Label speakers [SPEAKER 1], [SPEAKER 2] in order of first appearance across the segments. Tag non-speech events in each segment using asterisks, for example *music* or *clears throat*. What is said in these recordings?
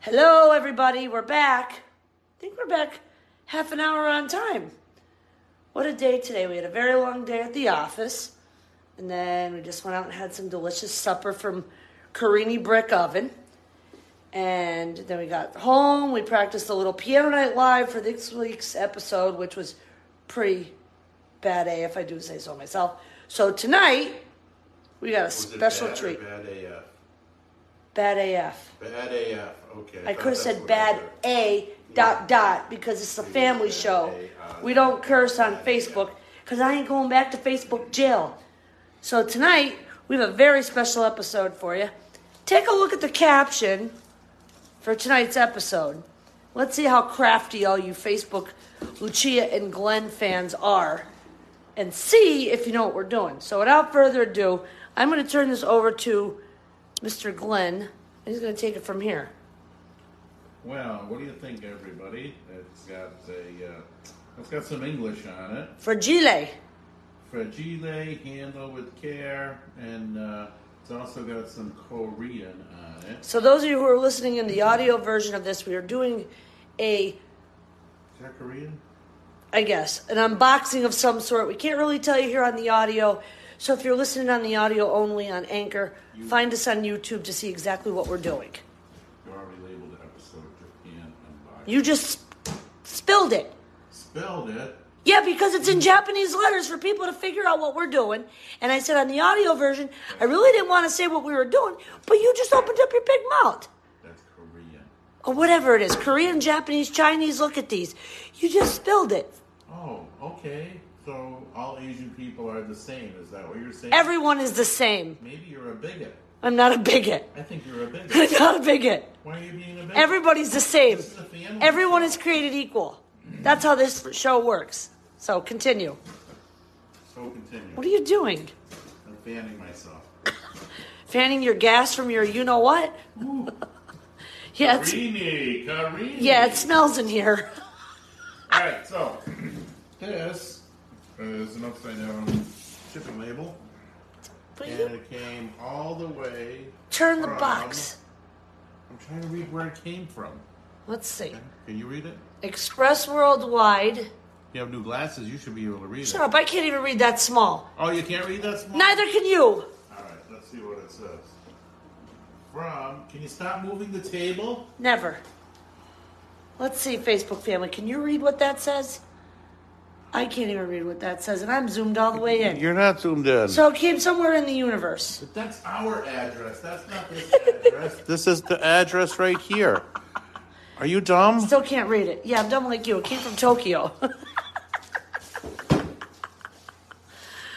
[SPEAKER 1] Hello, everybody. We're back. I think we're back half an hour on time. What a day today. We had a very long day at the office. And then we just went out and had some delicious supper from Carini Brick Oven. And then we got home. We practiced a little piano night live for this week's episode, which was pretty bad A, if I do say so myself. So tonight, we got a
[SPEAKER 2] Was it
[SPEAKER 1] special
[SPEAKER 2] bad or
[SPEAKER 1] treat.
[SPEAKER 2] Bad AF.
[SPEAKER 1] Bad AF.
[SPEAKER 2] Bad AF. Okay.
[SPEAKER 1] I
[SPEAKER 2] thought
[SPEAKER 1] could have
[SPEAKER 2] that's
[SPEAKER 1] said
[SPEAKER 2] what
[SPEAKER 1] bad
[SPEAKER 2] heard.
[SPEAKER 1] A dot dot because it's a family show. We don't curse on Facebook because I ain't going back to Facebook jail. So tonight we have a very special episode for you. Take a look at the caption for tonight's episode. Let's see how crafty all you Facebook Lucia and Glenn fans are and see if you know what we're doing. So without further ado, I'm going to turn this over to Mr. Glenn and he's going to take it from here.
[SPEAKER 3] Well, what do you think, everybody? It's got a, uh, it's got some English on it.
[SPEAKER 1] For Gile.
[SPEAKER 3] Fragile, handle with care, and uh, it's also got some Korean on it.
[SPEAKER 1] So those of you who are listening in the audio version of this, we are doing a,
[SPEAKER 3] Is that Korean?
[SPEAKER 1] I guess, an unboxing of some sort. We can't really tell you here on the audio. So if you're listening on the audio only on Anchor, find us on YouTube to see exactly what we're doing.
[SPEAKER 3] You already labeled the episode Japan Unboxed.
[SPEAKER 1] You just spilled it.
[SPEAKER 3] Spelled it.
[SPEAKER 1] Yeah, because it's in Japanese letters for people to figure out what we're doing. And I said on the audio version, I really didn't want to say what we were doing, but you just opened up your big mouth.
[SPEAKER 3] That's Korean.
[SPEAKER 1] Or whatever it is Korean, Japanese, Chinese, look at these. You just spilled it.
[SPEAKER 3] Oh, okay. So all Asian people are the same. Is that what you're saying?
[SPEAKER 1] Everyone is the same.
[SPEAKER 3] Maybe you're a bigot.
[SPEAKER 1] I'm not a bigot. *laughs*
[SPEAKER 3] I think you're a
[SPEAKER 1] I'm *laughs*
[SPEAKER 3] bigot.
[SPEAKER 1] not a bigot.
[SPEAKER 3] Why are you being a bigot?
[SPEAKER 1] Everybody's the same.
[SPEAKER 3] This is a family
[SPEAKER 1] Everyone
[SPEAKER 3] show.
[SPEAKER 1] is created equal. That's how this show works. So continue.
[SPEAKER 3] So continue.
[SPEAKER 1] What are you doing?
[SPEAKER 3] I'm fanning myself.
[SPEAKER 1] Fanning your gas from your you know what?
[SPEAKER 3] Ooh.
[SPEAKER 1] *laughs* Yeah, it's,
[SPEAKER 3] Karini, Karini.
[SPEAKER 1] yeah, it smells in here. *laughs*
[SPEAKER 3] All right, so this is an upside down shipping label,
[SPEAKER 1] But
[SPEAKER 3] and
[SPEAKER 1] you
[SPEAKER 3] it came all the way.
[SPEAKER 1] turn the
[SPEAKER 3] from-
[SPEAKER 1] box.
[SPEAKER 3] I'm trying to read where it came from.
[SPEAKER 1] Let's see.
[SPEAKER 3] Okay, Can you read it?
[SPEAKER 1] Express Worldwide.
[SPEAKER 3] You have new glasses. You should be able to read
[SPEAKER 1] Shut
[SPEAKER 3] it.
[SPEAKER 1] up, I can't even read that small.
[SPEAKER 3] Oh, you can't read that small.
[SPEAKER 1] Neither can you.
[SPEAKER 3] All right, let's see what it says. From. Can you stop moving the table?
[SPEAKER 1] Never. Let's see, Facebook family. Can you read what that says? I can't even read what that says, and I'm zoomed all the way in.
[SPEAKER 4] You're not zoomed in.
[SPEAKER 1] So it came somewhere in the universe.
[SPEAKER 3] But that's our address. That's not this address.
[SPEAKER 4] this is the address right here. Are you dumb?
[SPEAKER 1] Still can't read it. Yeah, I'm dumb like you. It came from Tokyo. *laughs*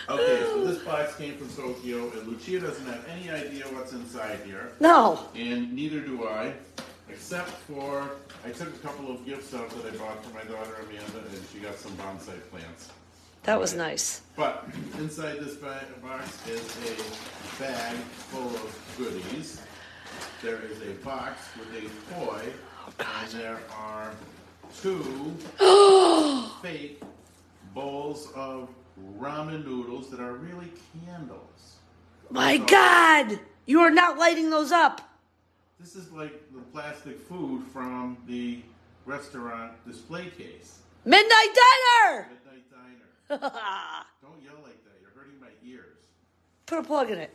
[SPEAKER 3] Okay, so this box came from Tokyo, and Lucia doesn't have any idea what's inside here,
[SPEAKER 1] no.
[SPEAKER 3] and neither do I, except for I took a couple of gifts out that I bought for my daughter Amanda, and she got some bonsai plants.
[SPEAKER 1] That was nice.
[SPEAKER 3] But inside this ba- box is a bag full of goodies. There is a box with a toy, and there are two fake bowls of ramen noodles that are really candles.
[SPEAKER 1] My God! You are not lighting those up.
[SPEAKER 3] This is like the plastic food from the restaurant display case.
[SPEAKER 1] Midnight Diner!
[SPEAKER 3] Midnight Diner. Don't yell like that. You're hurting my ears.
[SPEAKER 1] Put a plug in it.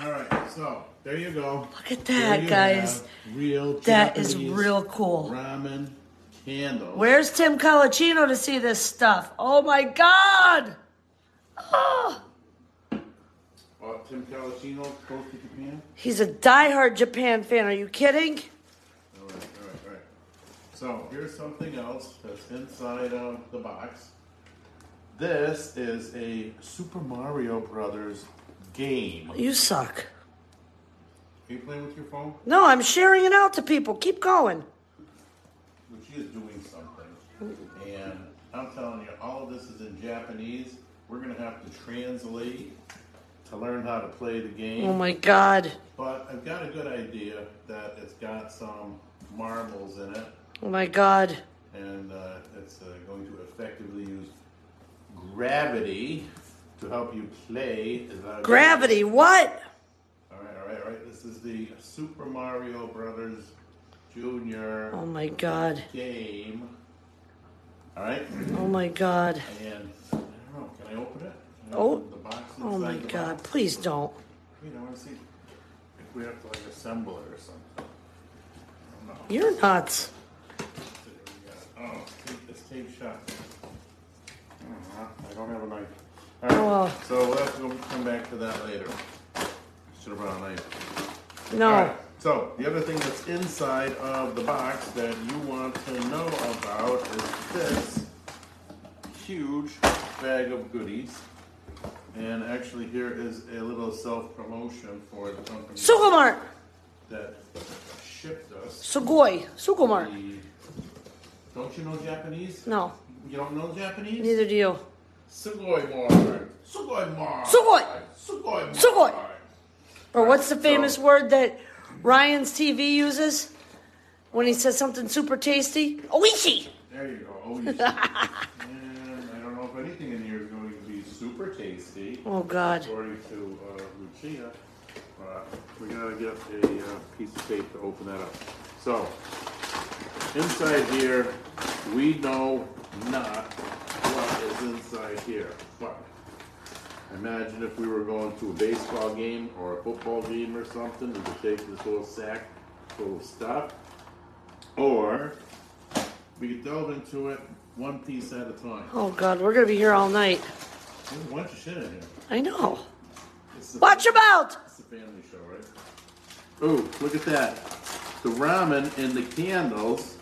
[SPEAKER 3] All right, so there you go.
[SPEAKER 1] Look at
[SPEAKER 3] There
[SPEAKER 1] that,
[SPEAKER 3] you
[SPEAKER 1] guys.
[SPEAKER 3] have Real.
[SPEAKER 1] That is
[SPEAKER 3] Japanese
[SPEAKER 1] real cool.
[SPEAKER 3] Ramen candles.
[SPEAKER 1] Where's Tim Colaccino to see this stuff? Oh my God! Oh,
[SPEAKER 3] Oh, Tim Calaccino, close to Japan.
[SPEAKER 1] he's a diehard Japan fan. Are you kidding?
[SPEAKER 3] All right, all right, all right. So here's something else that's inside of the box. This is a Super Mario Brothers game. Are
[SPEAKER 1] You suck.
[SPEAKER 3] you playing with your phone?
[SPEAKER 1] No, I'm sharing it out to people. Keep going.
[SPEAKER 3] Which is doing something.
[SPEAKER 1] Mm-hmm.
[SPEAKER 3] And I'm telling you, all of this is in Japanese. We're gonna have to translate to learn how to play the game.
[SPEAKER 1] Oh my God.
[SPEAKER 3] But I've got a good idea that it's got some marbles in it,
[SPEAKER 1] Oh my God.
[SPEAKER 3] and uh, it's uh, going to effectively use gravity to help you play. the-
[SPEAKER 1] Gravity, what?
[SPEAKER 3] All right, all right, all right. This is the Super Mario Brothers Junior
[SPEAKER 1] Oh my god.
[SPEAKER 3] game. All right,
[SPEAKER 1] Oh my god.
[SPEAKER 3] and I don't know. Can I open it? Can I
[SPEAKER 1] Oh.
[SPEAKER 3] open The box
[SPEAKER 1] Oh my
[SPEAKER 3] inside the
[SPEAKER 1] god.
[SPEAKER 3] box?
[SPEAKER 1] Please don't.
[SPEAKER 3] You know, I wanna see if we have to like assemble it or something. I don't know.
[SPEAKER 1] You're nuts.
[SPEAKER 3] Let's see what we got. Oh, take this tape shot. I don't know. Uh-huh. I don't have a knife. All right.
[SPEAKER 1] Oh.
[SPEAKER 3] So we'll have to go- come back to that later. Should have brought a knife. All
[SPEAKER 1] No.
[SPEAKER 3] right, So the other thing that's inside of the box that you want to know about is this huge bag of goodies. And actually, here is a little self-promotion for the company
[SPEAKER 1] Sugomart.
[SPEAKER 3] that shipped us.
[SPEAKER 1] Sugoi. Sugomart.
[SPEAKER 3] The, don't you know Japanese?
[SPEAKER 1] No.
[SPEAKER 3] You don't know Japanese?
[SPEAKER 1] Neither do you.
[SPEAKER 3] Sugoi mar. Sugoi mar.
[SPEAKER 1] Sugoi.
[SPEAKER 3] Sugoi mar.
[SPEAKER 1] Sugoi. Or what's the
[SPEAKER 3] So-
[SPEAKER 1] famous word that Ryan's TV uses when he says something super tasty? Oishi.
[SPEAKER 3] There you go. Oh, you and I don't know if anything in here is going to be super tasty,
[SPEAKER 1] Oh god.
[SPEAKER 3] according to uh, Lucia. But we gotta get a uh, piece of tape to open that up. So inside here, we know not what is inside here, but. Imagine if we were going to a baseball game or a football game or something, and we take this whole sack full of stuff. Or we could delve into it one piece at a time.
[SPEAKER 1] Oh god, we're gonna be here all night.
[SPEAKER 3] There's a bunch of shit in here.
[SPEAKER 1] I know.
[SPEAKER 3] It's the,
[SPEAKER 1] Watch your mouth!
[SPEAKER 3] It's the family show, right? Ooh, look at that. The ramen and the candles.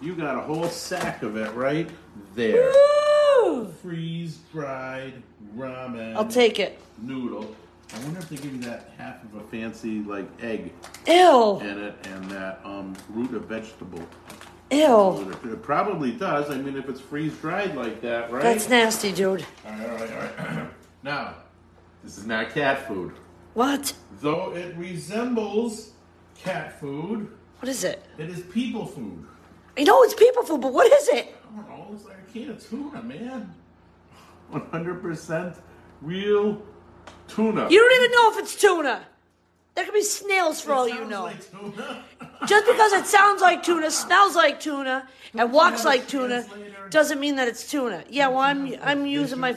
[SPEAKER 3] You got a whole sack of it right there.
[SPEAKER 1] Woo!
[SPEAKER 3] Freeze fried ramen.
[SPEAKER 1] I'll take it.
[SPEAKER 3] noodle. I wonder if they give you that half of a fancy like egg
[SPEAKER 1] Ew.
[SPEAKER 3] in it and that um, root of vegetable.
[SPEAKER 1] Ew.
[SPEAKER 3] It probably does. I mean, if it's freeze dried like that, right?
[SPEAKER 1] That's nasty, dude.
[SPEAKER 3] All right, all right, all right. *clears throat* now, this is not cat food.
[SPEAKER 1] What?
[SPEAKER 3] Though it resembles cat food,
[SPEAKER 1] What is it?
[SPEAKER 3] it is people food.
[SPEAKER 1] I know it's people food, but what is it?
[SPEAKER 3] I don't know, it's like a can of tuna, man. 100% real tuna.
[SPEAKER 1] You don't even know if it's tuna. That could be snails for
[SPEAKER 3] It
[SPEAKER 1] all you
[SPEAKER 3] sounds
[SPEAKER 1] know. *laughs*
[SPEAKER 3] like tuna.
[SPEAKER 1] Just because it sounds like tuna, smells like tuna, and walks like tuna,
[SPEAKER 3] translator.
[SPEAKER 1] doesn't mean that it's tuna. Yeah, well, I'm I'm using my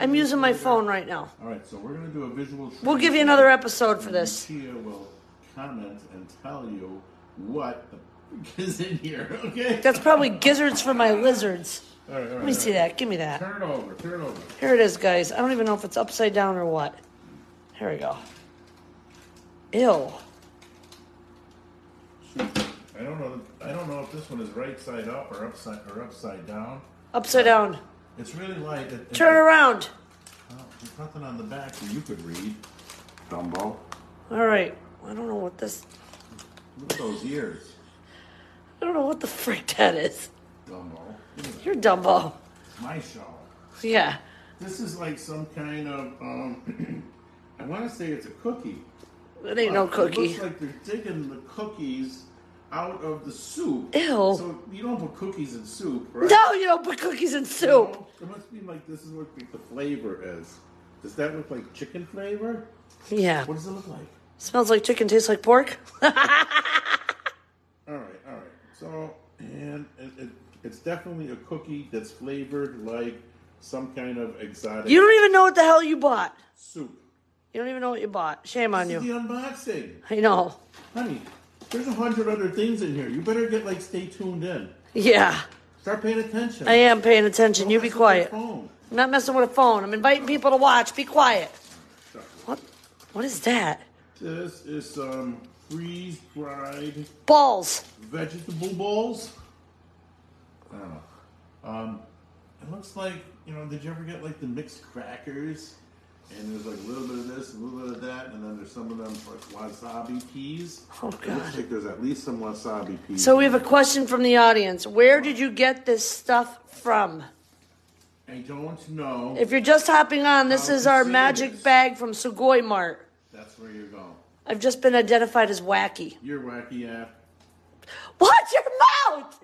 [SPEAKER 1] I'm using my phone right now.
[SPEAKER 3] All right, so we're gonna do a visual.
[SPEAKER 1] We'll give you
[SPEAKER 3] translation.
[SPEAKER 1] another episode for this.
[SPEAKER 3] Lucia will comment and tell you what the *laughs* f- is in here. Okay.
[SPEAKER 1] That's probably gizzards for my lizards.
[SPEAKER 3] all right, all right,
[SPEAKER 1] Let me see that. Give me that.
[SPEAKER 3] Turn it over. Turn it over.
[SPEAKER 1] Here it is, guys. I don't even know if it's upside down or what. Here we go. Ew.
[SPEAKER 3] Shoot. I don't know. I don't know if this one is right side up or upside or upside down.
[SPEAKER 1] Upside down.
[SPEAKER 3] It's really light. It, it-
[SPEAKER 1] Turn around.
[SPEAKER 3] oh, there's nothing on the back that you could read. Dumbo.
[SPEAKER 1] All right. I don't know what this.
[SPEAKER 3] Look at those ears.
[SPEAKER 1] I don't know what the frick that is.
[SPEAKER 3] Dumbo. Look at that.
[SPEAKER 1] You're Dumbo.
[SPEAKER 3] My shawl.
[SPEAKER 1] Yeah.
[SPEAKER 3] This is like some kind of, um, *clears throat* I want to say it's a cookie.
[SPEAKER 1] It ain't no
[SPEAKER 3] Like, It
[SPEAKER 1] cookie.
[SPEAKER 3] looks like they're digging the cookies out of the soup.
[SPEAKER 1] Ew.
[SPEAKER 3] So you don't put cookies in soup, right?
[SPEAKER 1] No, you don't put cookies in soup.
[SPEAKER 3] No, It must be like this is what the flavor is. Does that look like chicken flavor?
[SPEAKER 1] Yeah.
[SPEAKER 3] What does it look like?
[SPEAKER 1] Smells like chicken, tastes like pork.
[SPEAKER 3] All right, all right. So, and it, it, it's definitely a cookie that's flavored like some kind of exotic
[SPEAKER 1] You don't even know what the hell you bought.
[SPEAKER 3] soup.
[SPEAKER 1] You don't even know what you bought. Shame on
[SPEAKER 3] This is
[SPEAKER 1] you.
[SPEAKER 3] the unboxing.
[SPEAKER 1] I know.
[SPEAKER 3] Honey, there's a hundred other things in here. You better get like stay tuned in.
[SPEAKER 1] Yeah.
[SPEAKER 3] Start paying attention.
[SPEAKER 1] I am paying attention. You be quiet. I'm
[SPEAKER 3] Phone.
[SPEAKER 1] not messing with a phone. I'm inviting people to watch. Be quiet. What what is that?
[SPEAKER 3] This is some freeze fried
[SPEAKER 1] Balls.
[SPEAKER 3] vegetable balls. I don't know. Um, it looks like you know. Did you ever get like the mixed crackers? And there's like a little bit of this, a little bit of that, and then there's some of them like wasabi peas.
[SPEAKER 1] Oh,
[SPEAKER 3] It looks
[SPEAKER 1] God.
[SPEAKER 3] like there's at least some wasabi peas.
[SPEAKER 1] So we
[SPEAKER 3] in
[SPEAKER 1] have a question from the audience. Where did you get this stuff from?
[SPEAKER 3] there. I don't know.
[SPEAKER 1] If you're just hopping on, this is our magic bag from Sugoi Mart.
[SPEAKER 3] That's where you're going.
[SPEAKER 1] I've just been identified as wacky. *laughs*
[SPEAKER 3] You're wacky app.
[SPEAKER 1] Watch your mouth!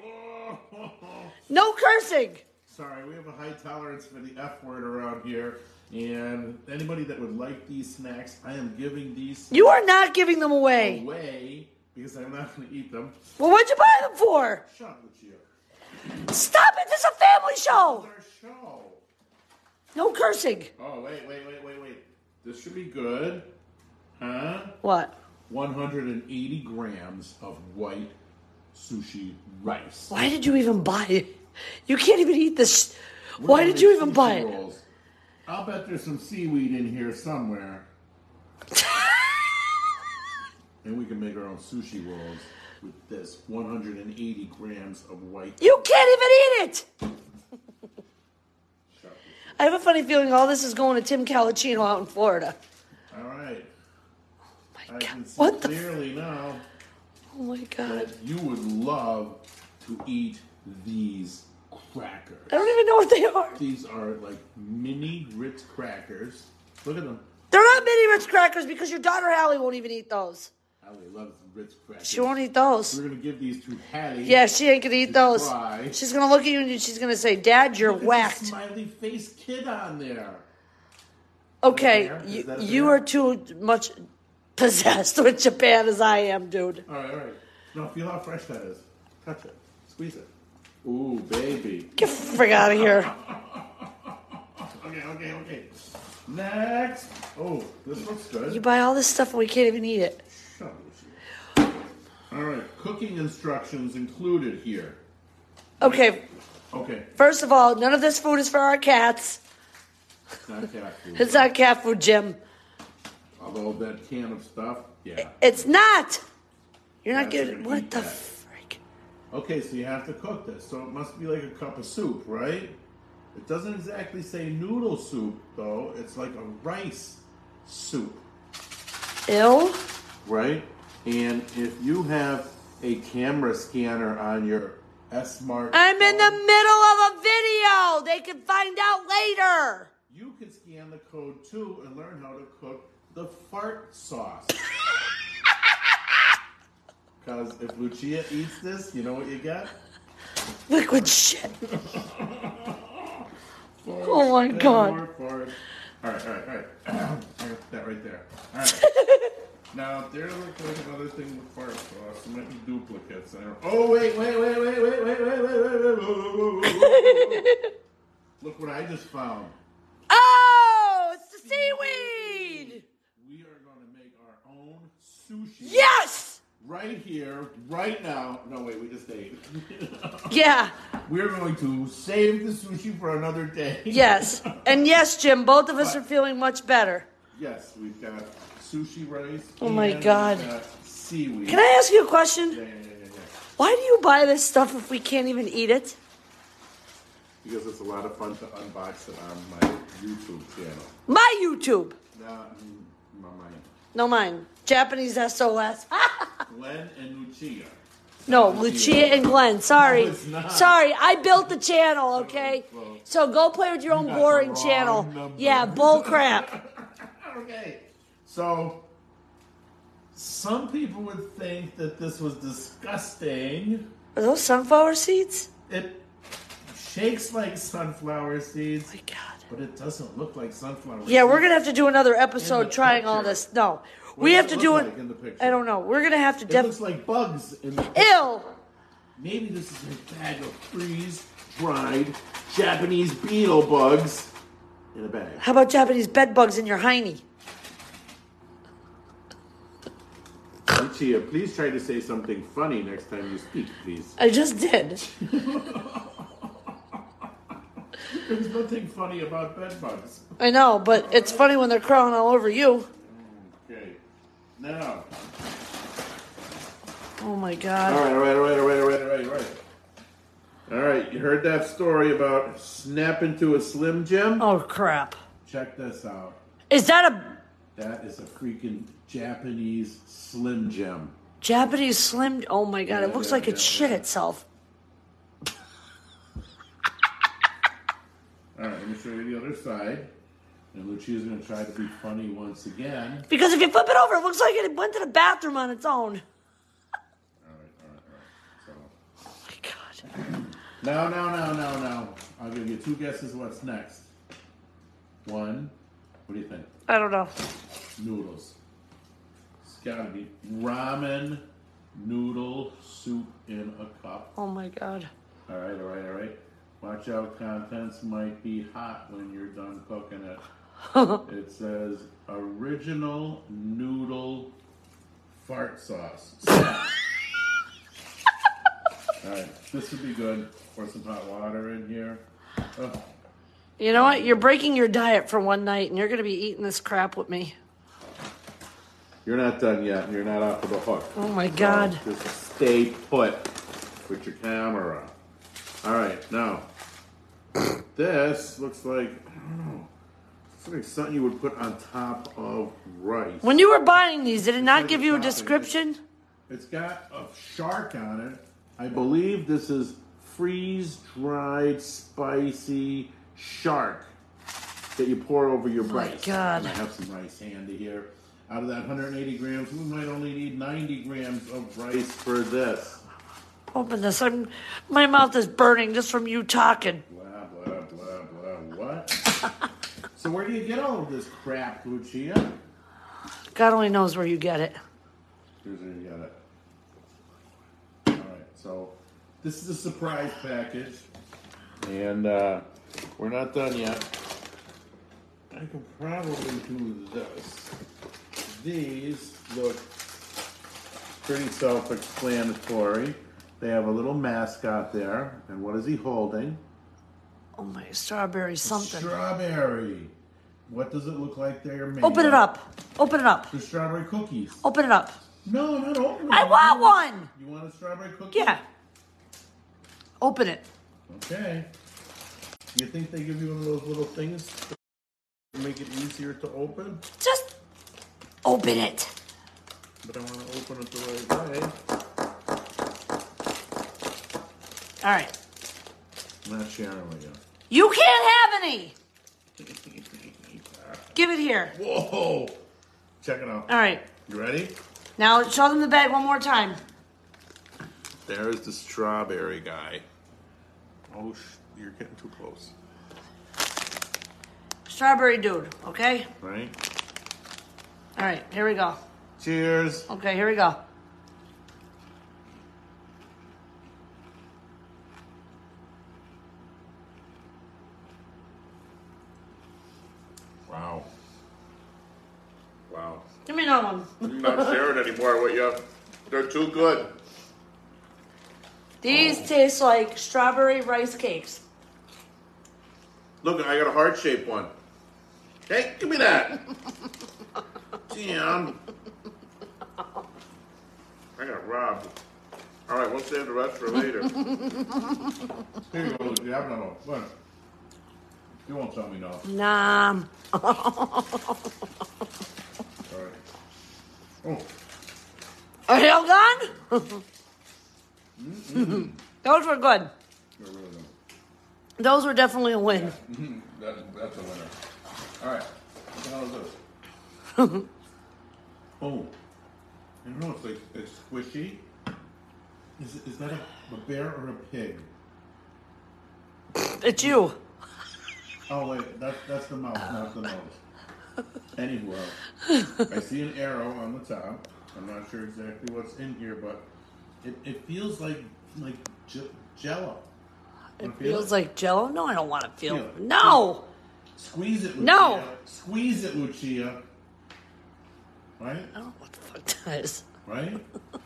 [SPEAKER 1] No cursing!
[SPEAKER 3] *laughs* Sorry, we have a high tolerance for the F word around here. And anybody that would like these snacks, I am giving these
[SPEAKER 1] You are not giving them away.
[SPEAKER 3] away because I'm not going to eat them.
[SPEAKER 1] Well, what'd you buy them for?
[SPEAKER 3] Shut with you.
[SPEAKER 1] Stop it! This is a family show.
[SPEAKER 3] Our show.
[SPEAKER 1] No cursing.
[SPEAKER 3] Oh wait, wait, wait, wait, wait. This should be good, huh?
[SPEAKER 1] What?
[SPEAKER 3] 180 grams of white sushi rice.
[SPEAKER 1] Why did you even buy it? You can't even eat this.
[SPEAKER 3] We're
[SPEAKER 1] Why
[SPEAKER 3] gonna
[SPEAKER 1] did you
[SPEAKER 3] make
[SPEAKER 1] even
[SPEAKER 3] sushi
[SPEAKER 1] buy it?
[SPEAKER 3] rolls. I'll bet there's some seaweed in here somewhere. and we can make our own sushi rolls with this 180 grams of white.
[SPEAKER 1] *laughs* You can't even eat it.
[SPEAKER 3] chocolate.
[SPEAKER 1] I have a funny feeling all this is going to Tim Calacino out in Florida.
[SPEAKER 3] All right. I
[SPEAKER 1] God,
[SPEAKER 3] can see
[SPEAKER 1] what the f-
[SPEAKER 3] clearly now
[SPEAKER 1] Oh my god.
[SPEAKER 3] that you would love to eat these crackers.
[SPEAKER 1] I don't even know what they are.
[SPEAKER 3] These are like mini Ritz crackers. Look at them.
[SPEAKER 1] They're not mini Ritz crackers because your daughter Hallie won't even eat those.
[SPEAKER 3] Allie loves Ritz crackers.
[SPEAKER 1] She won't eat those.
[SPEAKER 3] We're gonna give these to Hattie.
[SPEAKER 1] Yeah, she ain't gonna eat those.
[SPEAKER 3] Why?
[SPEAKER 1] She's gonna look at you and she's gonna say, "Dad, you're
[SPEAKER 3] Look at the
[SPEAKER 1] whacked."
[SPEAKER 3] Smiley face kid on there.
[SPEAKER 1] Okay,
[SPEAKER 3] Is
[SPEAKER 1] you,
[SPEAKER 3] that fair?
[SPEAKER 1] you are too much possessed with Japan as I am, dude.
[SPEAKER 3] All right, all right. Now feel how fresh that is. Touch it. Squeeze it. Ooh, baby.
[SPEAKER 1] Get frig out of here.
[SPEAKER 3] Okay, okay, okay. Next. Oh, this looks good.
[SPEAKER 1] You buy all this stuff and we can't even eat it.
[SPEAKER 3] Shut up. All right. Cooking instructions included here.
[SPEAKER 1] Okay,
[SPEAKER 3] Okay.
[SPEAKER 1] first of all, none of this food is for our cats.
[SPEAKER 3] Not cat food.
[SPEAKER 1] It's not cat food, Jim.
[SPEAKER 3] Although that can of stuff. Yeah.
[SPEAKER 1] It's not. You're not
[SPEAKER 3] Cats are
[SPEAKER 1] getting
[SPEAKER 3] gonna
[SPEAKER 1] what
[SPEAKER 3] eat
[SPEAKER 1] the
[SPEAKER 3] that.
[SPEAKER 1] freak.
[SPEAKER 3] Okay, so you have to cook this. So it must be like a cup of soup, right? It doesn't exactly say noodle soup, though. It's like a rice soup,
[SPEAKER 1] Ew.
[SPEAKER 3] right? And if you have a camera scanner on your S Smart,
[SPEAKER 1] I'm in the middle of a video. They can find out later.
[SPEAKER 3] you can scan the code too and learn how to cook the
[SPEAKER 1] *laughs*
[SPEAKER 3] fart sauce. Because if Lucia eats this, you know what you get?
[SPEAKER 1] Liquid shit. *laughs* Oh my God.
[SPEAKER 3] More farts. All right, all right, *clears throat* all right. that right there. All right.
[SPEAKER 1] *laughs*
[SPEAKER 3] now there looks like another thing with fart sauce. It might be duplicates. I don't. Oh wait, wait, wait, wait, wait, wait, wait, wait, wait, wait, wait, wait, wait, wait, wait.
[SPEAKER 1] *laughs*
[SPEAKER 3] Look what I just found.
[SPEAKER 1] Oh, it's the seaweed.
[SPEAKER 3] We are going to make our own sushi.
[SPEAKER 1] Yes.
[SPEAKER 3] Right here, right now. No wait, we just ate. *laughs*
[SPEAKER 1] Yeah.
[SPEAKER 3] We're going to save the sushi for another day. *laughs*
[SPEAKER 1] Yes. And yes, Jim, both of us are feeling much better.
[SPEAKER 3] Yes, we've got sushi rice.
[SPEAKER 1] Oh my
[SPEAKER 3] and we've
[SPEAKER 1] God.
[SPEAKER 3] got Seaweed.
[SPEAKER 1] Can I ask you a question?
[SPEAKER 3] Yeah, yeah, yeah, yeah, yeah.
[SPEAKER 1] Why do you buy this stuff if we can't even eat it?
[SPEAKER 3] Because it's a lot of fun to unbox it on my YouTube channel.
[SPEAKER 1] My YouTube.
[SPEAKER 3] Now, mm, my mind.
[SPEAKER 1] No, mine. Japanese SOS.
[SPEAKER 3] Glenn and Lucia.
[SPEAKER 1] No, Lucia and Glenn. Sorry.
[SPEAKER 3] No, it's not.
[SPEAKER 1] Sorry, I built the channel, okay?
[SPEAKER 3] Well,
[SPEAKER 1] So go play with your own
[SPEAKER 3] got the
[SPEAKER 1] boring
[SPEAKER 3] wrong
[SPEAKER 1] channel.
[SPEAKER 3] number.
[SPEAKER 1] Yeah, bull crap.
[SPEAKER 3] *laughs* Okay. So, some people would think that this was disgusting.
[SPEAKER 1] Are those sunflower seeds?
[SPEAKER 3] It shakes like sunflower seeds,
[SPEAKER 1] My God.
[SPEAKER 3] but it doesn't look like sunflower
[SPEAKER 1] Yeah, we're
[SPEAKER 3] seeds.
[SPEAKER 1] gonna have to do another
[SPEAKER 3] In
[SPEAKER 1] episode
[SPEAKER 3] the
[SPEAKER 1] trying all
[SPEAKER 3] picture.
[SPEAKER 1] this. No,
[SPEAKER 3] What
[SPEAKER 1] we
[SPEAKER 3] does
[SPEAKER 1] have
[SPEAKER 3] it
[SPEAKER 1] to
[SPEAKER 3] look
[SPEAKER 1] do
[SPEAKER 3] like in the
[SPEAKER 1] it.
[SPEAKER 3] picture?
[SPEAKER 1] I don't know. We're gonna have to
[SPEAKER 3] It
[SPEAKER 1] def-
[SPEAKER 3] looks like bugs in the
[SPEAKER 1] Ew.
[SPEAKER 3] Maybe this is a bag of freeze dried Japanese beetle bugs in a bag.
[SPEAKER 1] How about Japanese bed bugs in your hiney?
[SPEAKER 3] Lucia, please try to say something funny next time you speak, please.
[SPEAKER 1] I just did.
[SPEAKER 3] There's nothing funny about bed bugs.
[SPEAKER 1] I know, but it's funny when they're crawling all over you.
[SPEAKER 3] Okay. Now.
[SPEAKER 1] Oh my
[SPEAKER 3] All
[SPEAKER 1] God.
[SPEAKER 3] right, all right, all right, all right, all right, all right, all right. All right, you heard that story about snapping to a Slim Jim?
[SPEAKER 1] Oh crap.
[SPEAKER 3] Check this out.
[SPEAKER 1] Is that a
[SPEAKER 3] That is a freaking Japanese Slim Jim.
[SPEAKER 1] Japanese slim. Oh my god, it
[SPEAKER 3] Yeah,
[SPEAKER 1] looks
[SPEAKER 3] yeah,
[SPEAKER 1] like it
[SPEAKER 3] yeah,
[SPEAKER 1] shit
[SPEAKER 3] yeah.
[SPEAKER 1] itself.
[SPEAKER 3] All right, let me show you the other side. And Lucia's going to try to be funny once again.
[SPEAKER 1] Because if you flip it over, it looks like it went to the bathroom on its own.
[SPEAKER 3] All right, all right, all right.
[SPEAKER 1] Oh my god.
[SPEAKER 3] So, no, no, no, no, no. I'll give you two guesses what's next. One, what do you think?
[SPEAKER 1] I don't know.
[SPEAKER 3] Noodles. It's got to be ramen noodle soup in a cup.
[SPEAKER 1] Oh my god.
[SPEAKER 3] All right, all right, all right. Watch out, contents might be hot when you're done cooking it. it says original noodle fart sauce. all right, this would be good. Pour some hot water in here. Oh,
[SPEAKER 1] You know what? You're breaking your diet for one night and you're going to be eating this crap with me.
[SPEAKER 3] you're not done yet. You're not off of the hook.
[SPEAKER 1] Oh my god.
[SPEAKER 3] So, just stay put with your camera. All right, now this looks like I don't know. It's like something you would put on top of rice.
[SPEAKER 1] When you were buying these, did it not
[SPEAKER 3] like
[SPEAKER 1] give
[SPEAKER 3] a
[SPEAKER 1] you a
[SPEAKER 3] shopping list.
[SPEAKER 1] description?
[SPEAKER 3] It's got a shark on it. I believe this is freeze dried spicy shark that you pour over your rice.
[SPEAKER 1] God.
[SPEAKER 3] And I have some rice handy here. Out of that 180 grams, we might only need 90 grams of rice for this.
[SPEAKER 1] Open this. I'm, my mouth is burning just from you talking.
[SPEAKER 3] Blah blah blah blah. What? so where do you get all of this crap, Lucia?
[SPEAKER 1] God only knows where you get it.
[SPEAKER 3] Here's where you got it. All right. So this is a surprise package, and uh, we're not done yet. I can probably do this. These look pretty self-explanatory. They have a little mascot there, and what is he holding?
[SPEAKER 1] Oh my strawberry something.
[SPEAKER 3] Strawberry. What does it look like there, man?
[SPEAKER 1] Open it up. Open it up.
[SPEAKER 3] The strawberry cookies.
[SPEAKER 1] Open it up.
[SPEAKER 3] No, not open it.
[SPEAKER 1] I want one.
[SPEAKER 3] You want a strawberry cookie?
[SPEAKER 1] Yeah. Open it.
[SPEAKER 3] Okay. You think they give you one of those little things to make it easier to open?
[SPEAKER 1] Just open it.
[SPEAKER 3] But I want to open it the right way.
[SPEAKER 1] All right.
[SPEAKER 3] Not sharing with you. *laughs*
[SPEAKER 1] You can't have any. Give it here.
[SPEAKER 3] Whoa! Check it out.
[SPEAKER 1] All right.
[SPEAKER 3] You ready?
[SPEAKER 1] Now show them the bag one more time.
[SPEAKER 3] There's the strawberry guy. Oh, sh- you're getting too close.
[SPEAKER 1] Strawberry dude. Okay.
[SPEAKER 3] Right?
[SPEAKER 1] All right. Here we go.
[SPEAKER 3] Cheers.
[SPEAKER 1] Okay. Here we go.
[SPEAKER 3] Wow. Wow.
[SPEAKER 1] Give me another one.
[SPEAKER 3] I'm not sharing anymore with you. They're too good.
[SPEAKER 1] These taste like strawberry rice cakes.
[SPEAKER 3] Look, I got a heart shaped one. Hey, give me that. Damn. I got robbed. All right, we'll save the rest for later. Here you go. You have another one. You won't tell me no. All
[SPEAKER 1] Nah.
[SPEAKER 3] right. Oh,
[SPEAKER 1] Are they all gone? *laughs* Those were good.
[SPEAKER 3] you're really good.
[SPEAKER 1] Those were definitely a win.
[SPEAKER 3] That, that's a winner. All right. What the hell is this? *laughs* oh, I don't know. It's like it's squishy. Is, is that a, a bear or a pig?
[SPEAKER 1] It's you.
[SPEAKER 3] Oh wait, that's that's the mouth, not the nose. Anyway, I see an arrow on the top. I'm not sure exactly what's in here, but it, it feels like like j- jello.
[SPEAKER 1] It
[SPEAKER 3] Wanna feel
[SPEAKER 1] feels like jello. No, I don't want to feel.
[SPEAKER 3] Feel it.
[SPEAKER 1] No.
[SPEAKER 3] squeeze it. Lucia.
[SPEAKER 1] No!
[SPEAKER 3] squeeze it, Lucia. Right,
[SPEAKER 1] I don't know what the fuck that is. *laughs*
[SPEAKER 3] right.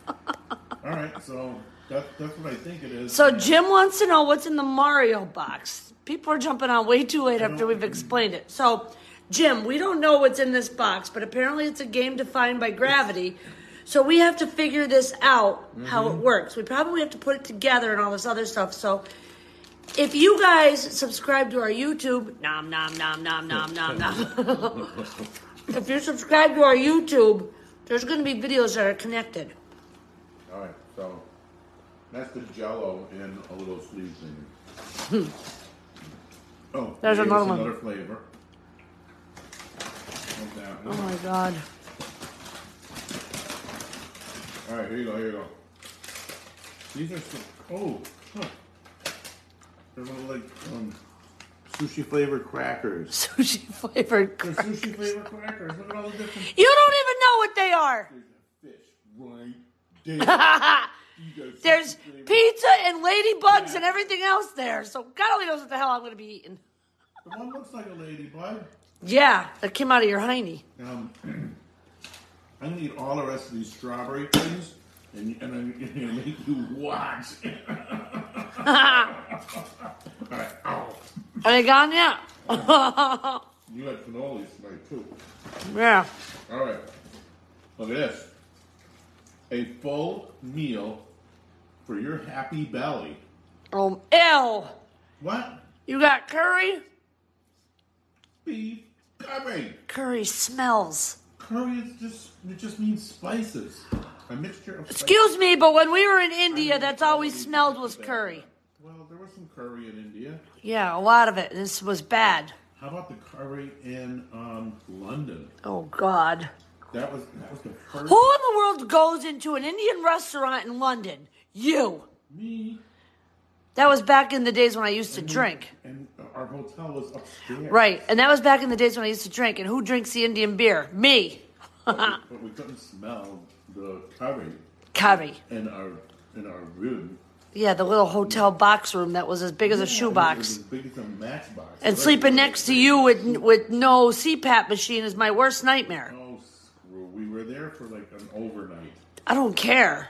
[SPEAKER 3] All right, so that, that's what I think it is.
[SPEAKER 1] So Jim wants to know what's in the Mario box. People are jumping on way too late after
[SPEAKER 3] don't-
[SPEAKER 1] we've explained it. So, Jim, we don't know what's in this box, but apparently it's a game defined by gravity. So we have to figure this out how it works. We probably have to put it together and all this other stuff. So if you guys subscribe to our YouTube, nom nom nom nom nom nom nom. *laughs* if you subscribe to our YouTube, there's going to be videos that are connected.
[SPEAKER 3] All right, so that's the Jello in a little sleeve thing. *laughs* oh,
[SPEAKER 1] There's
[SPEAKER 3] they gave
[SPEAKER 1] another
[SPEAKER 3] us
[SPEAKER 1] one.
[SPEAKER 3] Another flavor. Like that
[SPEAKER 1] Oh
[SPEAKER 3] one.
[SPEAKER 1] my god. *laughs*
[SPEAKER 3] All right, here you go. Here you go. These are some. Oh, huh. they're little like um, sushi
[SPEAKER 1] *laughs*
[SPEAKER 3] flavored crackers.
[SPEAKER 1] Sushi flavored
[SPEAKER 3] They're
[SPEAKER 1] crack.
[SPEAKER 3] sushi flavored crackers. Look at all the different.
[SPEAKER 1] You don't even know what they are.
[SPEAKER 3] There's a fish right Dave, you gotta fix
[SPEAKER 1] There's
[SPEAKER 3] this thing.
[SPEAKER 1] pizza and ladybugs and everything else there. So God only knows what the hell I'm going to be eating.
[SPEAKER 3] The one looks like a ladybug.
[SPEAKER 1] Yeah, that came out of your hiney.
[SPEAKER 3] Um, *clears throat* I need all the rest of these strawberry things, and, and I'm gonna *laughs* make you watch. *laughs* all right, ow.
[SPEAKER 1] Are they gone yet?
[SPEAKER 3] You had cannolis tonight too.
[SPEAKER 1] Yeah.
[SPEAKER 3] All right, look at this. A full meal for your happy belly.
[SPEAKER 1] Um, ew.
[SPEAKER 3] What?
[SPEAKER 1] You got curry?
[SPEAKER 3] Beef curry.
[SPEAKER 1] Curry smells.
[SPEAKER 3] Curry is just it just means spices. A mixture of spices.
[SPEAKER 1] Excuse me, but when we were in India, that's all we smelled was curry.
[SPEAKER 3] Well, there was some curry in India.
[SPEAKER 1] Yeah, a lot of it. This was bad.
[SPEAKER 3] How about the curry in um, London?
[SPEAKER 1] Oh, God.
[SPEAKER 3] That was that was the first
[SPEAKER 1] Who in the world goes into an Indian restaurant in London? You.
[SPEAKER 3] me
[SPEAKER 1] That was back in the days when I used to drink.
[SPEAKER 3] and our hotel was upstairs.
[SPEAKER 1] Right, and that was back in the days when I used to drink. And who drinks the Indian beer? Me.
[SPEAKER 3] But we couldn't smell the curry
[SPEAKER 1] Curry.
[SPEAKER 3] in our in our room.
[SPEAKER 1] Yeah, the little hotel box room that was as big as a
[SPEAKER 3] It was
[SPEAKER 1] shoebox.
[SPEAKER 3] as big as a matchbox.
[SPEAKER 1] And
[SPEAKER 3] Right.
[SPEAKER 1] sleeping next to you with with no CPAP machine is my worst nightmare.
[SPEAKER 3] Oh screw. We were there for like an overnight.
[SPEAKER 1] I don't care.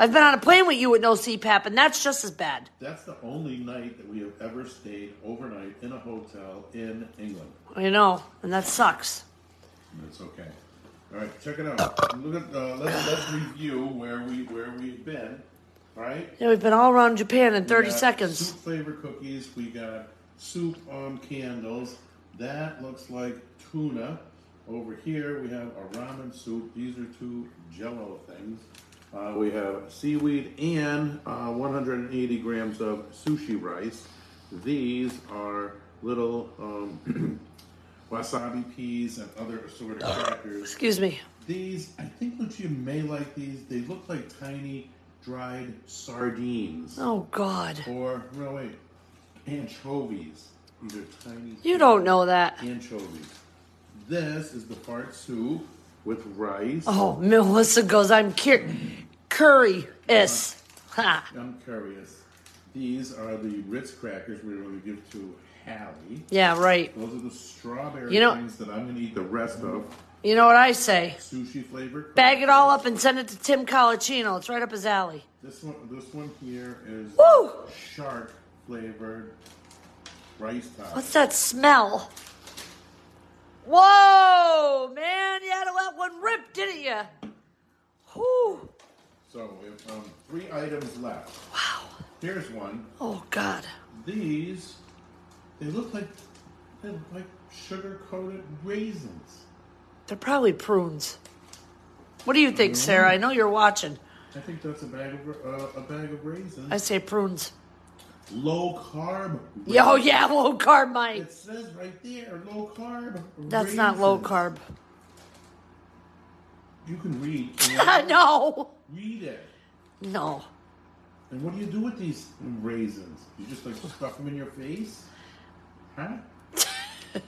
[SPEAKER 1] I've been on a plane with you with no CPAP, and that's just as bad.
[SPEAKER 3] That's the only night that we have ever stayed overnight in a hotel in England.
[SPEAKER 1] You know, and that sucks.
[SPEAKER 3] That's okay. All right, check it out. Look at uh, let's, let's review where we where we've been. All right.
[SPEAKER 1] Yeah, we've been all around Japan in 30
[SPEAKER 3] We got
[SPEAKER 1] seconds.
[SPEAKER 3] Soup flavored cookies. We got soup on candles. That looks like tuna. Over here we have a ramen soup. These are two Jello things. Uh, we have seaweed and uh, 180 grams of sushi rice. These are little um, *clears throat* wasabi peas and other assorted crackers.
[SPEAKER 1] Excuse me.
[SPEAKER 3] These, I think Lucia may like these. They look like tiny dried sardines.
[SPEAKER 1] Oh, God.
[SPEAKER 3] Or, no, wait, anchovies. These are tiny.
[SPEAKER 1] You don't know that.
[SPEAKER 3] Anchovies. This is the fart soup with rice.
[SPEAKER 1] Oh, Melissa goes, I'm cur- curry is. Ha.
[SPEAKER 3] I'm curious. These are the Ritz crackers we're going to give to Hallie.
[SPEAKER 1] Yeah, right.
[SPEAKER 3] Those are the strawberry
[SPEAKER 1] You know-
[SPEAKER 3] things that I'm going to eat the rest of.
[SPEAKER 1] You know what I say?
[SPEAKER 3] Sushi flavored.
[SPEAKER 1] Bag it all up and send it to Tim Colaccino. It's right up his alley.
[SPEAKER 3] This one, this one here is
[SPEAKER 1] Woo!
[SPEAKER 3] shark flavored rice top.
[SPEAKER 1] What's that smell? Whoa, man, you had to let one rip, didn't you? Whew.
[SPEAKER 3] So we have um, three items left. Wow. Here's one.
[SPEAKER 1] Oh, God.
[SPEAKER 3] These, they look like they look like sugar coated raisins.
[SPEAKER 1] They're probably prunes. What do you think, Sarah? I know you're watching.
[SPEAKER 3] I think that's a bag of uh, a bag of raisins.
[SPEAKER 1] I say prunes.
[SPEAKER 3] low carb.
[SPEAKER 1] Yeah, Oh,
[SPEAKER 3] raisins.
[SPEAKER 1] yeah, *laughs* low carb, Mike.
[SPEAKER 3] It says right there, low carb.
[SPEAKER 1] That's not low
[SPEAKER 3] raisins.
[SPEAKER 1] carb. *laughs*
[SPEAKER 3] You can read. Andy.
[SPEAKER 1] no.
[SPEAKER 3] read it.
[SPEAKER 1] No.
[SPEAKER 3] And what do you do with these raisins? You just like stuff them in your face?
[SPEAKER 1] *laughs*
[SPEAKER 3] Huh? I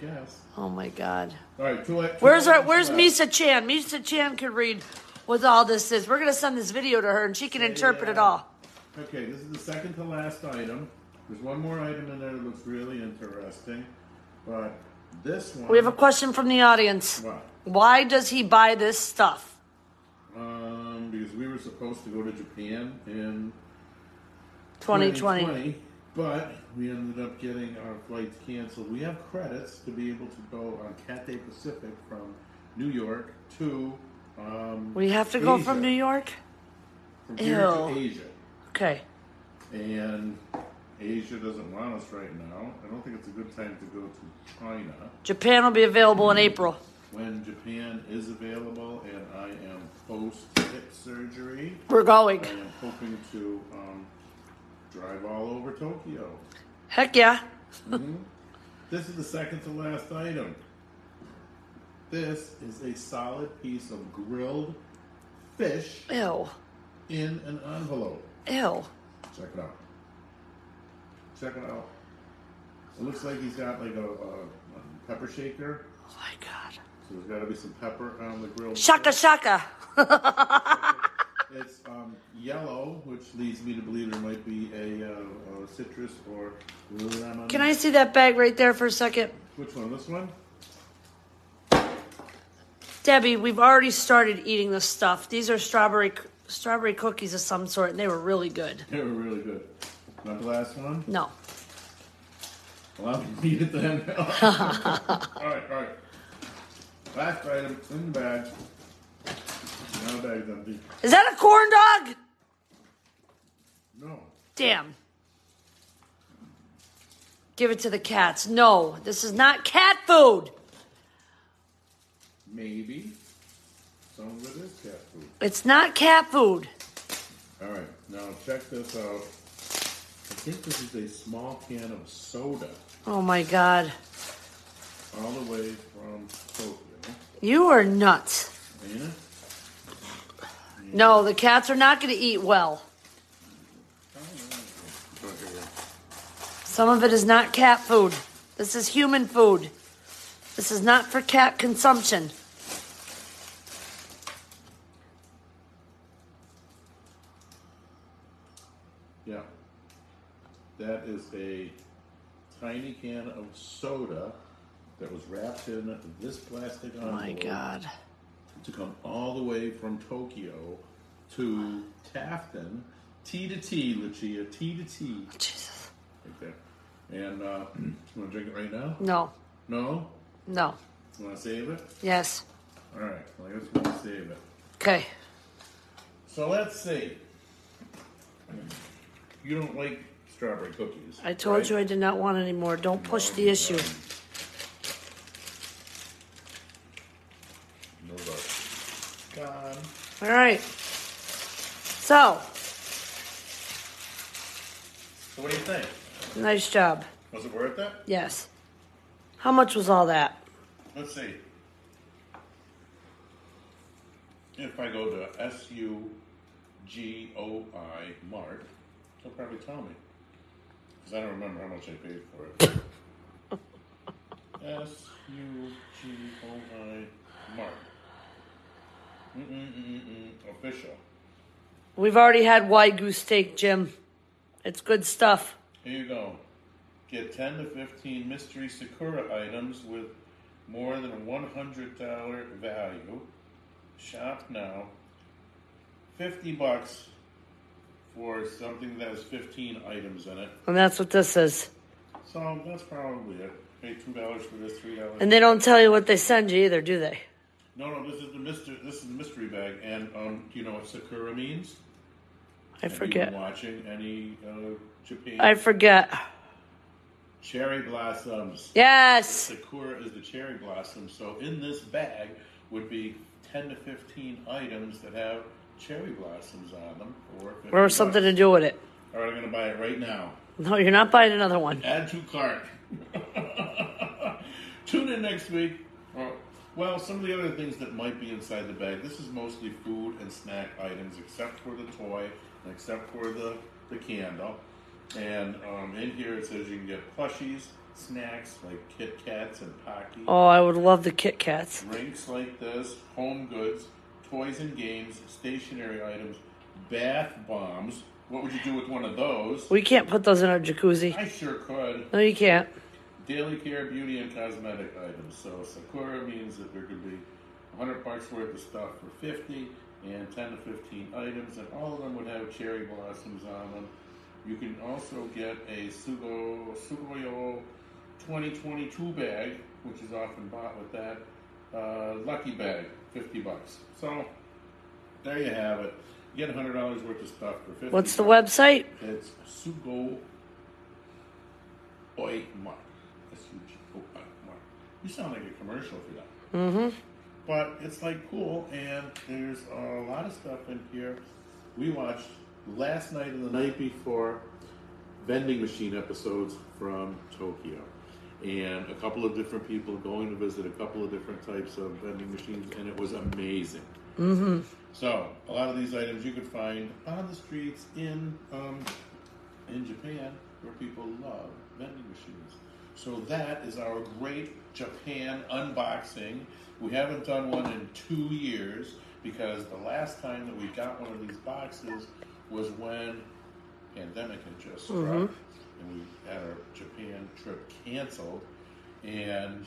[SPEAKER 3] guess.
[SPEAKER 1] Oh, my God.
[SPEAKER 3] All right. Two, two
[SPEAKER 1] Where's our,
[SPEAKER 3] items
[SPEAKER 1] Where's
[SPEAKER 3] left.
[SPEAKER 1] Misa Chan? Misa Chan could read what all this is. We're going to send this video to her and she can interpret it
[SPEAKER 3] Yeah.
[SPEAKER 1] all.
[SPEAKER 3] Okay, this is the second to last item. There's one more item in there that looks really interesting, but this one.
[SPEAKER 1] We have a question from the audience.
[SPEAKER 3] What?
[SPEAKER 1] Why does he buy this stuff?
[SPEAKER 3] Um, because we were supposed to go to Japan in
[SPEAKER 1] 2020.
[SPEAKER 3] but we ended up getting our flights canceled. We have credits to be able to go on Cathay Pacific from New York to. Um,
[SPEAKER 1] We have to go
[SPEAKER 3] Asia,
[SPEAKER 1] from New York?
[SPEAKER 3] From here to
[SPEAKER 1] Ew.
[SPEAKER 3] Asia.
[SPEAKER 1] Okay.
[SPEAKER 3] And Asia doesn't want us right now. I don't think it's a good time to go to China.
[SPEAKER 1] Japan will be available in April.
[SPEAKER 3] when Japan is available, and I am post hip surgery.
[SPEAKER 1] We're going.
[SPEAKER 3] I am hoping to um, drive all over Tokyo.
[SPEAKER 1] Heck yeah.
[SPEAKER 3] This is the second to last item. This is a solid piece of grilled fish
[SPEAKER 1] Ew.
[SPEAKER 3] in an envelope.
[SPEAKER 1] Ew. Oh
[SPEAKER 3] Check it out. Check it out. It looks like he's got like a, a, a pepper shaker.
[SPEAKER 1] Oh my god.
[SPEAKER 3] So there's got to be some pepper on the grilled.
[SPEAKER 1] Shaka shaka.
[SPEAKER 3] fish. It's um, yellow, which leads me to believe there might be a, uh, a citrus or lemon.
[SPEAKER 1] Can I see that bag right there for a second?
[SPEAKER 3] Which one? This one? *laughs*
[SPEAKER 1] Debbie, we've already started eating this stuff. These are strawberry strawberry cookies of some sort, and they were really good.
[SPEAKER 3] They were really good. Not the last one.
[SPEAKER 1] No.
[SPEAKER 3] Allow me to *laughs* eat it then. all right, all right. Last item in the bag. Now the bag's empty.
[SPEAKER 1] Is that a corn dog?
[SPEAKER 3] No.
[SPEAKER 1] Damn. Give it to the cats. No, this is not cat food.
[SPEAKER 3] Maybe. Some of it is cat food.
[SPEAKER 1] It's not cat food.
[SPEAKER 3] All right, now check this out. I think this is a small can of soda,
[SPEAKER 1] Oh my god.
[SPEAKER 3] all the way from Tokyo.
[SPEAKER 1] You are nuts.
[SPEAKER 3] Ain't it?
[SPEAKER 1] No, the cats are not going to eat well. Some of it is not cat food. This is human food. This is not for cat consumption.
[SPEAKER 3] Yeah. That is a tiny can of soda that was wrapped in this plastic
[SPEAKER 1] Oh
[SPEAKER 3] envelope
[SPEAKER 1] my god.
[SPEAKER 3] to come all the way from Tokyo to Tafton, T to T, Lucia, T to T,
[SPEAKER 1] Jesus.
[SPEAKER 3] right there. And uh, you want to drink it right now?
[SPEAKER 1] No.
[SPEAKER 3] No?
[SPEAKER 1] No.
[SPEAKER 3] You want to save it?
[SPEAKER 1] Yes.
[SPEAKER 3] All right, well, I guess we'll save it.
[SPEAKER 1] Okay.
[SPEAKER 3] So let's see. You don't like strawberry cookies.
[SPEAKER 1] I told
[SPEAKER 3] right?
[SPEAKER 1] you I did not want any more. Don't push the issue.
[SPEAKER 3] No luck. Gone.
[SPEAKER 1] All right. So,
[SPEAKER 3] So what do you think?
[SPEAKER 1] nice job.
[SPEAKER 3] Was it worth it?
[SPEAKER 1] Yes. How much was all that?
[SPEAKER 3] Let's see. If I go to S U G O I Mart, they'll probably tell me. Because I don't remember how much I paid for it. S U G O I Mart. Mm-mm-mm-mm. Official.
[SPEAKER 1] We've already had Wagyu steak, Jim. It's good stuff.
[SPEAKER 3] Here you go. Get 10 to 15 mystery Sakura items with more than $100 value. Shop now. 50 bucks for something that has 15 items in it.
[SPEAKER 1] And that's what this is.
[SPEAKER 3] So that's probably it. Pay $2 for this, $3.
[SPEAKER 1] And they don't tell you what they send you either, do they?
[SPEAKER 3] no, no, this is the mystery, this is the mystery bag. And um, do you know what Sakura means?
[SPEAKER 1] I forget.
[SPEAKER 3] watching any uh, Japan?
[SPEAKER 1] I forget.
[SPEAKER 3] Cherry blossoms.
[SPEAKER 1] Yes.
[SPEAKER 3] Sakura is the cherry blossom. So in this bag would be 10 to 15 items that have cherry blossoms on them. Or, 50
[SPEAKER 1] Or something to
[SPEAKER 3] bucks.
[SPEAKER 1] do with it.
[SPEAKER 3] All right, I'm going to buy it right now.
[SPEAKER 1] No, you're not buying another one.
[SPEAKER 3] Add to cart. *laughs* Tune in next week. Or, well, some of the other things that might be inside the bag. This is mostly food and snack items, except for the toy and except for the, the candle. And um, in here it says you can get plushies, snacks like Kit Kats and Pocky.
[SPEAKER 1] Oh, I would love the Kit Kats.
[SPEAKER 3] Drinks like this, home goods, toys and games, stationary items, bath bombs. What would you do with one of those?
[SPEAKER 1] We can't put those in our jacuzzi.
[SPEAKER 3] I sure could.
[SPEAKER 1] No, you can't.
[SPEAKER 3] Daily care, beauty, and cosmetic items. So Sakura means that there could be 100 bucks worth of stuff for 50 and 10 to 15 items, and all of them would have cherry blossoms on them. You can also get a Sugo Sugoyo 2022 bag, which is often bought with that uh, lucky bag, 50 bucks. So there you have it. You get $100 worth of stuff for 50.
[SPEAKER 1] What's the
[SPEAKER 3] bucks.
[SPEAKER 1] website?
[SPEAKER 3] That's Sugo Oi Mark. S U G O I Mark. You sound like a commercial for that. Mm-hmm. But it's like cool, and there's a lot of stuff in here. We watched last night and the night before vending machine episodes from Tokyo. And a couple of different people going to visit a couple of different types of vending machines, and it was amazing. So a lot of these items you could find on the streets in um, in Japan, where people love vending machines. So that is our great Japan unboxing. We haven't done one in two years because the last time that we got one of these boxes was when pandemic had just struck and we had our Japan trip canceled. And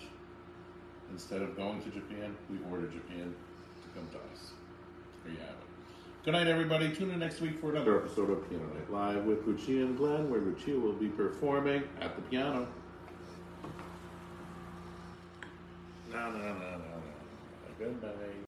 [SPEAKER 3] instead of going to Japan, we ordered Japan to come to us. There you have it. Good night, everybody. Tune in next week for another episode of Piano Night Live with Lucia and Glenn, where Lucia will be performing at the piano. No, no, no, no, no. Good night.